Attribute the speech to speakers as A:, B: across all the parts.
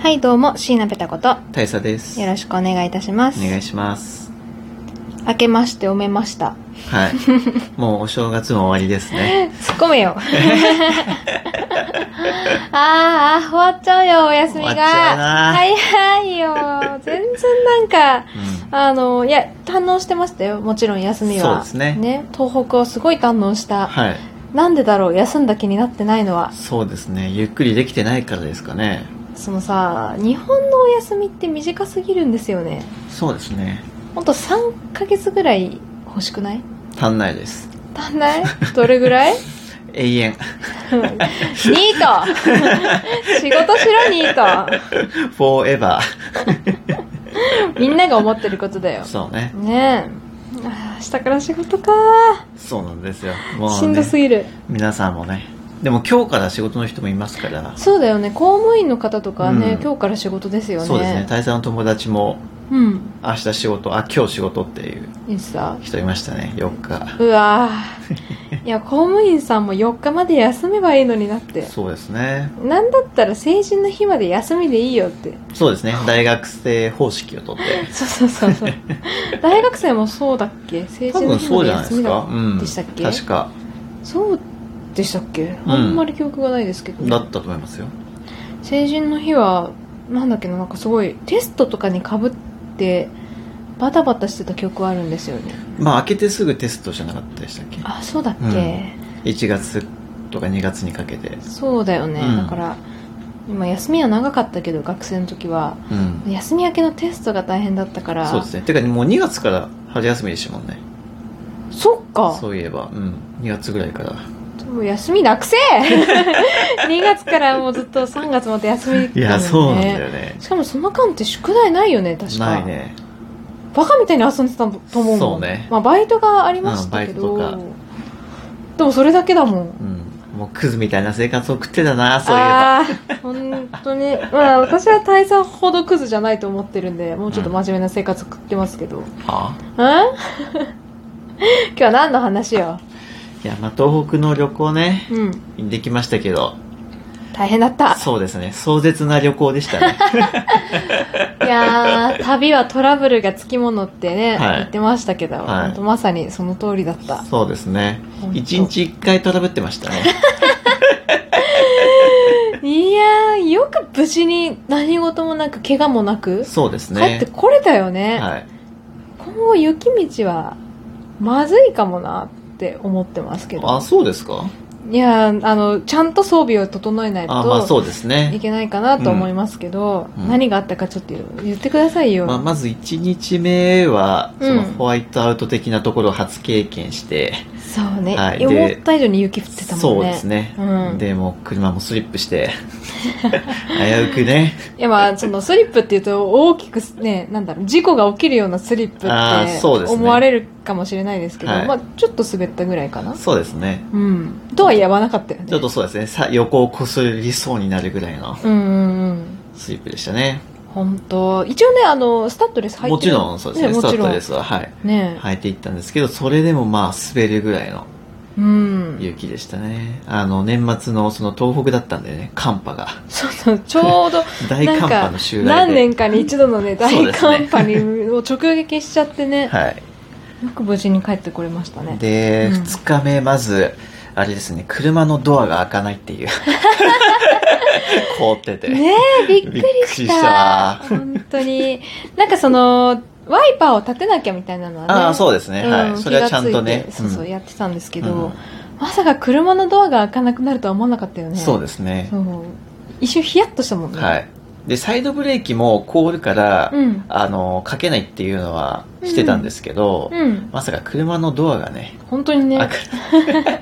A: はい、どうも、椎名ペタこと、よ
B: 大佐です
A: ろしくお願いいたします。
B: お願いします
A: 明けましておめました。
B: はい もうお正月も終わりですね
A: 突っ込 めよ。あーあー、終わっちゃうよ、お休みが。
B: 終わっちゃうな
A: 早いよ。全然なんか、
B: う
A: あの、いや、堪能してましたよ、もちろん休みは。
B: そうですね
A: 東北をすごい堪能した。
B: んはい
A: なんでだろう、休んだ気になってないのは。
B: そうですねゆっくりできてないからですかね
A: そのさ、日本のお休みって短すぎるんですよね。
B: そうですね
A: ほんと3ヶ月ぐらい欲しくない
B: 足んないです
A: 足んないどれぐ らい
B: 永遠
A: ニート仕事しろニー
B: フォーエバ
A: トみんなが思ってることだよ
B: ーそうね
A: ねえあー明日から仕事か
B: そうなんですよもう、ね、
A: しんどすぎる
B: 皆さんもねでも今日から仕事の人もいますから
A: そうだよね公務員の方とかはね、
B: うん
A: 今日から仕事ですよね
B: そうですね大佐の友達も
A: うん
B: 明日仕事あ今日仕事っていう
A: 言ってた
B: 人いましたね4日
A: うわ ーいや公務員さんも4日まで休めばいいのになって
B: そうですね
A: なんだったら成人の日まで休みでいいよって
B: そうですね大学生方式をとって
A: そうそうそうそう 大学生もそうだっけ成
B: 多
A: 人の
B: 分
A: 日
B: そ
A: ま
B: う
A: で
B: じゃないで
A: 休
B: す
A: み
B: か
A: だ
B: うん
A: でしたっけ
B: 確か
A: そうでしたっけ、あんまり記憶がないですけど、
B: だったと思いますよ
A: 成人の日はなんだっけななんかすごいテストとかにかぶってバタバタしてた記憶はあるんですよね
B: まあ開けてすぐテストじゃなかったでしたっけ
A: あそうだっけ、
B: 1月とか2月にかけて
A: そうだよね、
B: うん
A: だから今休みは長かったけど学生の時は
B: うん
A: 休み明けのテストが大変だったから
B: そうですねてかもう2月から春休みでしたもんね
A: そっか
B: そういえばうん2月ぐらいから
A: もう休みなくせ 2月からもうずっと3月まで休みだもん
B: い
A: ね
B: やそうなんだよね
A: しかもその間って宿題ないよね確か
B: ないね
A: バカみたいに遊んでたと思うもん
B: そうね
A: まあ、バイトがありましたけど、
B: うんバイトと
A: でもそれだけだもん
B: うんもうクズみたいな生活を送ってたなそういえば
A: ああ本当にまあ私は大佐ほどクズじゃないと思ってるんでもうちょっと真面目な生活送ってますけど、うん、
B: はあ
A: 今 日は何の話よ
B: いやまあ東北の旅行ね
A: うん
B: できましたけど
A: 大変だった
B: そうですね壮絶な旅行でしたね
A: いやー旅はトラブルがつきものってね、
B: はい
A: 言ってましたけど、
B: はい
A: 本当まさにその通りだった
B: そうですね
A: 本当
B: 1日1回トラブってましたね
A: いやーよく無事に何事もなく怪我もなく
B: そうです
A: 帰っ
B: ね
A: てこれたよね、
B: はい
A: 今後雪道はまずいかもなって思ってますけ
B: あ
A: ど
B: そうですか
A: いやーあのちゃんと装備を整えない
B: あまあ
A: と
B: そうです
A: い
B: ね、
A: けないかなと思いますけど、
B: うんうん
A: 何があったかちょっと言ってくださいよ、
B: まあ、まず1日目は
A: うん
B: そのホワイトアウト的なところを初経験して、
A: そうね、
B: はいで
A: 思った以上に雪降ってた
B: そ
A: もん
B: うで
A: ね
B: すね、
A: うん
B: でもう車もスリップして 危うくね
A: いやまあそのスリップっていうと大きくねなんだろう事故が起きるようなスリップ
B: あーそう
A: っ
B: で
A: て
B: すね
A: 思われるかもしれないですけど
B: はい
A: まあちょっと滑ったぐらいかな
B: そうですね
A: うんとは言わなかったよね
B: ちょっとそうですねさ横をこすりそうになるぐらいの
A: うんうんうん
B: スリップでしたね
A: 本当一応ねあのスタッドレス入ってる
B: もちろんそうですね
A: ね
B: ス
A: も
B: タ
A: ち
B: ー
A: ろ
B: ト
A: ん
B: ですははい
A: ね
B: 履いていったんですけどそれでもまあ滑るぐらいの
A: うん
B: 雪でしたねあの年末のその東北だったんでね寒波が
A: そうそうちょうど
B: 大
A: な
B: 寒
A: ん
B: 波
A: か
B: の襲来
A: 何
B: で
A: 年かに一度のね
B: そう
A: 大
B: ですね
A: 寒波に を直撃しちゃってね
B: はい
A: よく無事に帰ってこれましたね
B: で、
A: うん
B: 2日目まずあれですね車のドアが開かないっていう 凍ってて、
A: ねえびっくり
B: びっくり
A: し
B: したた
A: 本当になんかそのワイパーを立てなきゃみたいなのはね
B: ああそうですね、
A: うん
B: はいそれはちゃんと
A: 気
B: ね
A: がついてそうそううんやってたんですけ
B: う
A: ど
B: ん
A: まさか車のドアが開かなくなるとは思わなかったよね
B: そうですね
A: そう一瞬ヒヤッとしたもんね
B: はいでサイドブレーキも凍るから、
A: うん
B: あのかけないっていうのはしてたんですけど、
A: うん
B: まさか車のドアがね
A: 本当にね
B: 開か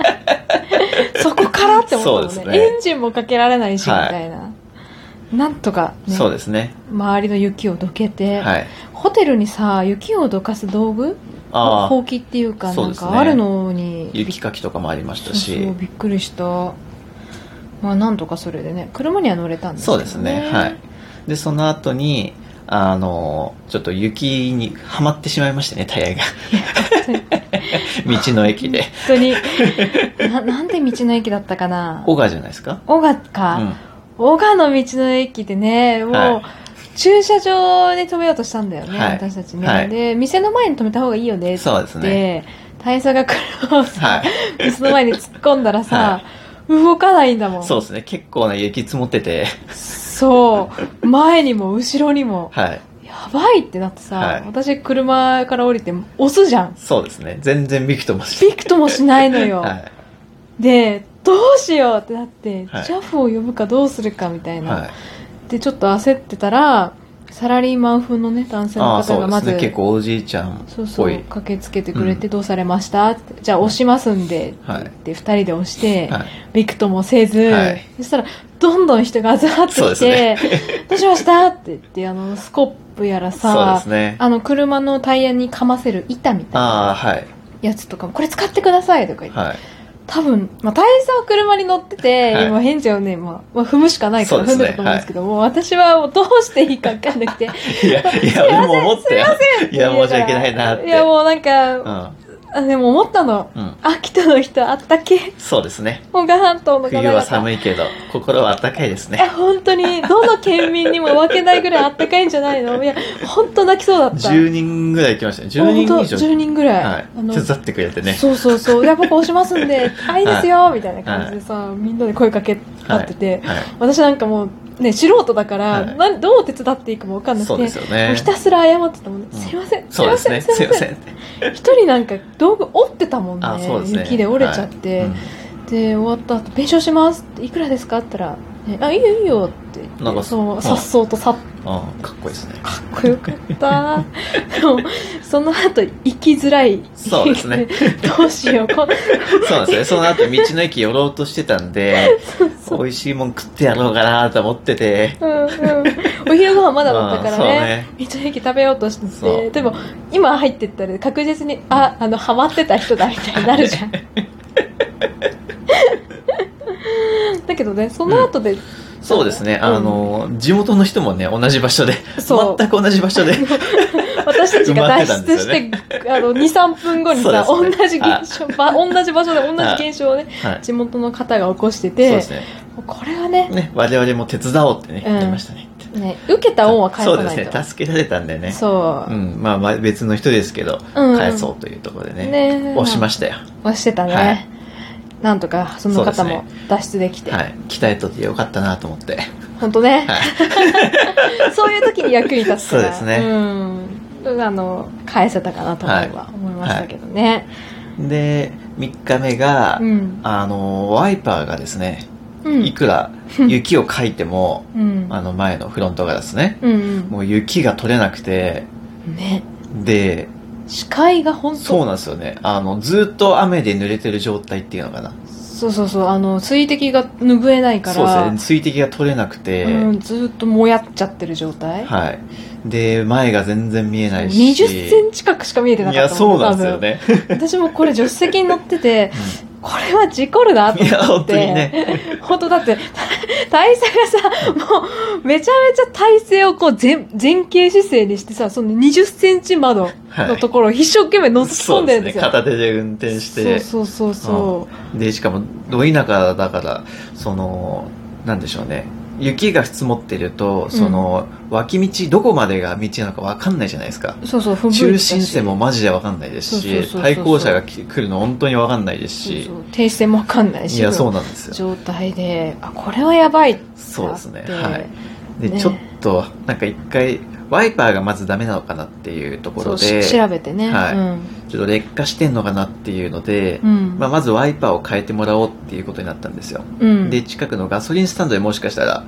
A: そこからって思った
B: そ
A: も
B: う
A: ね
B: んですね
A: エンジンもかけられないし、
B: はい
A: みたいななんとか、ね、
B: そうですね
A: 周りの雪をどけて、
B: はい
A: ホテルにさ雪をどかす道具
B: あ
A: ほ
B: あ
A: うきっていうか
B: そう
A: なん
B: ですね
A: かあるのに
B: 雪かきとかもありましたし
A: そうそうびっくりしたまあなんとかそれでね車には乗れたんですけ
B: そ
A: ど、
B: う
A: ね、
B: ですねはいでその後にあのちょっと雪にはまってしまいましてねタ イヤが道の駅で
A: 本当にななんで道の駅だったかな
B: 小川じゃないですか
A: 小川
B: う
A: か、
B: ん
A: 小鹿の道の駅でね、もう、
B: は
A: 駐車場で止めようとしたんだよね、
B: はい
A: 私たちね、
B: はい
A: で、店の前に止めた方がいいよねって
B: そうですね。
A: 大佐が車をさ、
B: はい。
A: 店の前に突っ込んだらさ
B: は、
A: 動かないんだもん。
B: そうですね。結構な雪積もってて、
A: そう前にも後ろにも、
B: はい。
A: やばいってなってさ、
B: はい
A: 私車から降りて押すじゃん。
B: そうですね。全然びくともし
A: びくともしないのよ。
B: は
A: で、どうしようってなって、
B: はい
A: JAF を呼ぶかどうするかみたい
B: い。
A: な。
B: はい。
A: で、ちょっと焦ってたら、サラリーマン風のね、男性
B: あ
A: の
B: あ、
A: 方
B: そ
A: が
B: うで
A: ますず、
B: ね。結構おじいちゃんっ
A: そうそ
B: ぽ
A: う
B: い。
A: 駆けつけてくれて、どうされましたってじゃあ押しますんで、
B: はい
A: って言って2人で押して、
B: はい。
A: びくともせず、
B: はい
A: そしたらどんどん人が集まって
B: そうで
A: き
B: す
A: て、
B: ね
A: どうしましたって言ってあのスコップやら
B: そうで
A: さ、
B: すね。
A: あの車のタイヤにかませる板みたい
B: ああ、はい。
A: なやつとかもこれ使ってくださいとか言って、
B: はい。
A: 多分、まあ、大佐は車に乗ってて、
B: はい
A: 今返事をね、まあまあ、踏むしかないから
B: そ
A: 踏
B: うんで
A: です
B: ね
A: たと思うんですけど、もう私はもうどうしていいか分かんなくて
B: いや、いや、俺も思って。いや、申し訳ないなって。
A: いやもうなんか、
B: う
A: あでも思ったの
B: ん。うん。
A: 秋田の人あったけ
B: そうですね。
A: 本賀半島の方々
B: 冬は寒いけど、 心は暖かいです
A: いや
B: ね。
A: 本当にどの県民にも負けないぐらいあったかいんじゃないのいや本当泣きそうだった
B: 10人ぐらい来ましたね。10人以上。
A: 10人ぐらい、
B: はい。
A: あ
B: 手伝ってくれてね。
A: そうそうそうじゃあ僕押しますん で「あいいですよ」みたいな感じでさ、みんなで声かけ合ってて、
B: はい。
A: 私なんかもうね素人だから、
B: はい
A: なんどう手伝っていいかも分かんなく
B: そう
A: て、
B: ですよ
A: もう
B: ね
A: ひ。たすら謝ってたもんね、
B: うん
A: すいません
B: そうですね。す
A: す
B: い
A: い
B: ま
A: ま
B: せ
A: せ
B: ん
A: ん。一人なんか道具折ってたもんね
B: あ、そうですね。
A: 雪で折れちゃって、
B: はい
A: で終わった後弁償しますっていくらですかって言ったら、ねあいいよいいよって言って
B: なんか
A: そううんさっそうと去っ
B: うんあーかっこいいですね。
A: かっこよか ったでもその後行きづらい
B: そうですね
A: どうしようこん
B: そうですね。その後、道の駅寄ろうとしてたん で、美味しいもん食ってやろうかなと思ってて。
A: うんうん、お昼ご飯まだだったからね
B: う
A: 道の駅食べようとして
B: そ
A: て
B: う
A: でも今入ってったら確実にああのハマってた人だみたいになるじゃ んだけどねその後で、
B: そうですね。
A: うん
B: あの、地元の人もね、同じ場所で、
A: そう
B: 全く同じ 場所で、
A: 私たちが脱出して
B: 埋
A: あの23分後にさ、
B: そう
A: 同
B: ですね
A: じ現象ば同じ場所で同じ現象をね
B: はい。
A: 地元の方が起こして
B: そう
A: て
B: ですね。
A: これはね
B: ね、我々も手伝おうってね、
A: うん
B: やりましたね。
A: ね受けた恩は返さ
B: そう
A: ない
B: です
A: と
B: ね。助けられたんでね。。
A: そう
B: ん。まあまあ、別の人ですけど、
A: うん
B: 返そうというところで
A: う
B: ね。押しま
A: し
B: したよ。
A: 押してたね、
B: はい
A: なんとかその方
B: そ
A: も
B: う
A: 脱出できて、
B: はい。鍛えとってよかったなと思って。
A: 本当ね、
B: はい。
A: そういう時に役に立つから
B: そうですね
A: うんあの返せたかなと思えば、思いましたけどね、
B: で、3日目が、
A: うん
B: あの、ワイパーがですね、
A: う
B: い
A: ん
B: くら雪をかいても、
A: うん
B: あの前のフロントガラスね、
A: うん
B: もう雪が取れなくて、
A: うんね
B: で、
A: 視界が本当
B: そうなんですよね。あの、ずっと雨で濡れてる状態っていうのかな。
A: そうそうそうあの水滴が拭えないか
B: そうです
A: ら
B: ね。水滴が取れなくて、
A: うん、ずーっともやっちゃってる状態、
B: はい。で、前が全然見えないし。
A: 20センチ角しか見えてないか
B: や、
A: ったも
B: そ
A: ん
B: うなんです よね。
A: 多分私もこれ助手席に乗っててこれは事故るなと
B: いや、
A: 思っ
B: 本当
A: て
B: にね。
A: 本当だって、大佐がさ、もう、めちゃめちゃ体勢をこう前、前傾姿勢にしてさ、その20センチ窓
B: は
A: の
B: い。
A: ところを一生懸命覗き
B: そ
A: 込
B: うん
A: でるんで
B: ですね。
A: すよ。
B: 片手で運転して。
A: そうそうそうそう。
B: で、しかも、ど田舎だから、その、なんでしょうね。雪が積もってると、その、脇道、どこまでが道なのかわかんないじゃないですか。
A: そうそう、踏
B: 中心線もマジでわかんないです
A: そうそうそう
B: し
A: そ、う
B: 対向車が来来るの本当にわかんないです
A: そう
B: し
A: そ、う停止線もわかんないし。
B: いや、そうなんですよ。
A: 状態で、あ、これはやばいってなって。
B: そうですねはいで、
A: ね
B: ちょっと、なんか一回、ワイパーがまずダメなのかなっていうとこ
A: そ
B: ろ
A: うし
B: で、ちょ
A: 調べてね。
B: はい
A: うん。
B: っと劣化してんのかなっていうので、
A: うん。
B: まあ、まずワイパーを変えてもらおうっていうことになったんですよ。
A: うん、
B: で、近くのガソリンスタンドでもしかしたら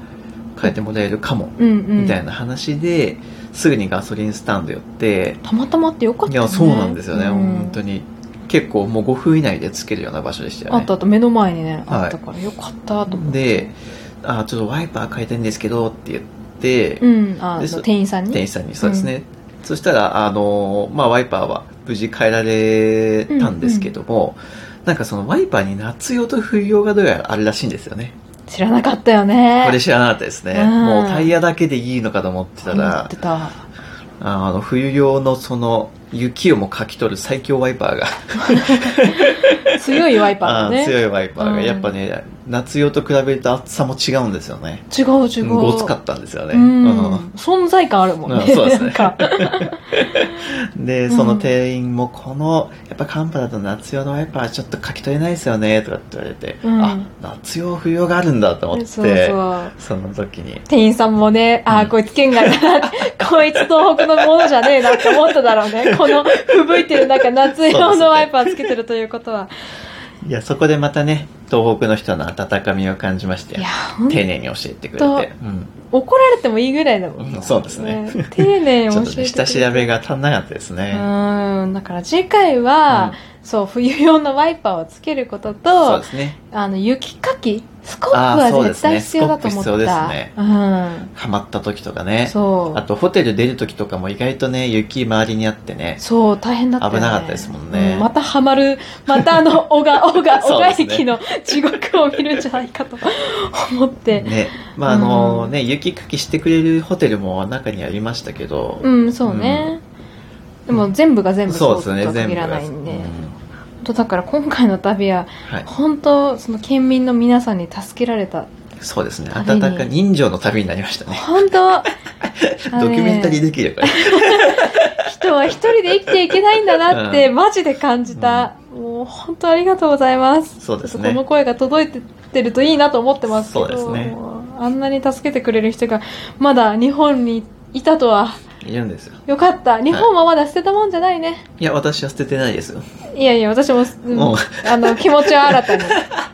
B: 変えてもらえるかも、
A: うんうん、
B: みたいな話で、すぐにガソリンスタンド寄って、
A: たまたまってよかっ
B: い
A: たよ
B: や、
A: ね。
B: そうなんですよね、
A: うん
B: 本当に。結構もう5分以内でつけるような場所でしたよ
A: あ
B: ね。
A: ったあった、目の前にね、
B: はい
A: あったから、よかったと思って。
B: で、あ、ちょっとワイパー変えてんですけどって言って、
A: うん、ああ
B: で
A: の
B: そ
A: 店員さんに
B: 店員さんにそうですね、そしたらあの、まあ、ワイパーは無事変えられたんですけども、なんかそのワイパーに夏用と冬用がどうやらあるらしいんですよね
A: 知らなかったよね
B: これ知らなかったですね、
A: うん
B: もうタイヤだけでいいのかと思ってた
A: 思っ
B: ら
A: てた
B: あの冬用のその雪をもかき取る最強ワイパーが
A: 強いワイパー
B: あ
A: だ
B: ー
A: ね。
B: 強いワイパーが、
A: うん
B: やっぱね、夏用と比べると厚さも違うんですよね。
A: 違う違う。
B: ごつかったんですよね。
A: うん
B: うん
A: 存在感あるもんね。
B: うんそうですね
A: なんか
B: で、その店員も、この、やっぱ寒波だと夏用のワイパーちょっと書き取れないですよね、とかって言われて、
A: うん
B: あ、夏用、冬用があるんだと思って、
A: そうそう。
B: その時に。
A: 店員さんもね、あ
B: う
A: あ、
B: ん
A: こいつ県外だな、こいつ 東北のものじゃねえなって思っただろうね。この、吹雪いてる中、夏用のワイパーつけてるということは。
B: いや、そこでまたね、東北の人の温かみを感じまして
A: いや、、ほん
B: 丁寧に教えてくれて、うん
A: 怒られてもいいぐらいだもん
B: うんそうですね。
A: 丁寧に
B: ち
A: 教
B: ょ
A: え
B: ってと
A: くれ
B: ね、
A: て
B: 下調べが足んなかったですね。
A: うん、だから次回は、そう、冬用のワイパーをつけること
B: そう
A: と
B: で、すね。
A: あの、雪かき、スコップ
B: あーそう
A: は
B: で
A: 絶
B: すね
A: 対必要だと思った。
B: スコップ必要ですね
A: うん。
B: ハマった時とかね。
A: そ
B: あと、ホテル出る時とかも意外とね、雪周りにあってね
A: う。。そう、大変だったよ、ね。
B: 危なかったですもんね
A: うまたハマる、またあの、 小が、小が、小
B: そう
A: が
B: ですね
A: 駅の地獄を見るんじゃないかと思って。
B: ね。まあ、あのね、雪かきしてくれるホテルも中にありましたけど。
A: うん、そうね。でも全部が全部
B: そう
A: そう
B: で
A: と
B: すね、
A: は
B: 全
A: 限
B: 部
A: ら
B: が。
A: ないんで。
B: うん
A: 本当だから今回の旅は、
B: はい。
A: 本当その県民の皆さんに助けられた
B: そうですね。
A: 旅
B: 温
A: に
B: かい人情の旅になりましたね。
A: 本当あのね
B: ドキュメンタリーできるから。
A: 人は一人で生きていけないんだなって、マジで感じた、もう本当ありがとうございます
B: そうですね
A: ちょっとこの声が届いてってるといいなと思ってますけど
B: そうですね
A: もうあんなに助けてくれる人がまだ日本にいたとはい
B: るんですよ。
A: よかった日本はまだ捨てたもんじゃないね、
B: いや、私は捨ててないですよ。
A: い、やいや私も、うん
B: もう
A: あの気持ちは新たに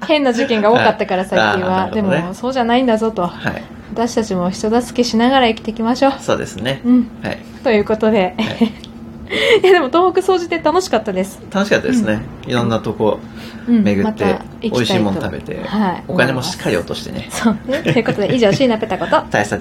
A: 変な事件が多かったから最近は、
B: あーな
A: で
B: るほどね
A: もそうじゃないんだぞと
B: はい。
A: 私たちも人助けしながら生きていきましょう
B: そうですね。
A: うん
B: はい。
A: ということで、 い、やでも東北掃除で楽しかったです
B: 楽しかったですね。いろんなとこ、
A: うん
B: 巡って
A: また行きたと
B: 美味しいもの食べて
A: はい、
B: お金もしっかり落としてね。
A: そうねということで以上椎名ペタこと
B: 大佐でした。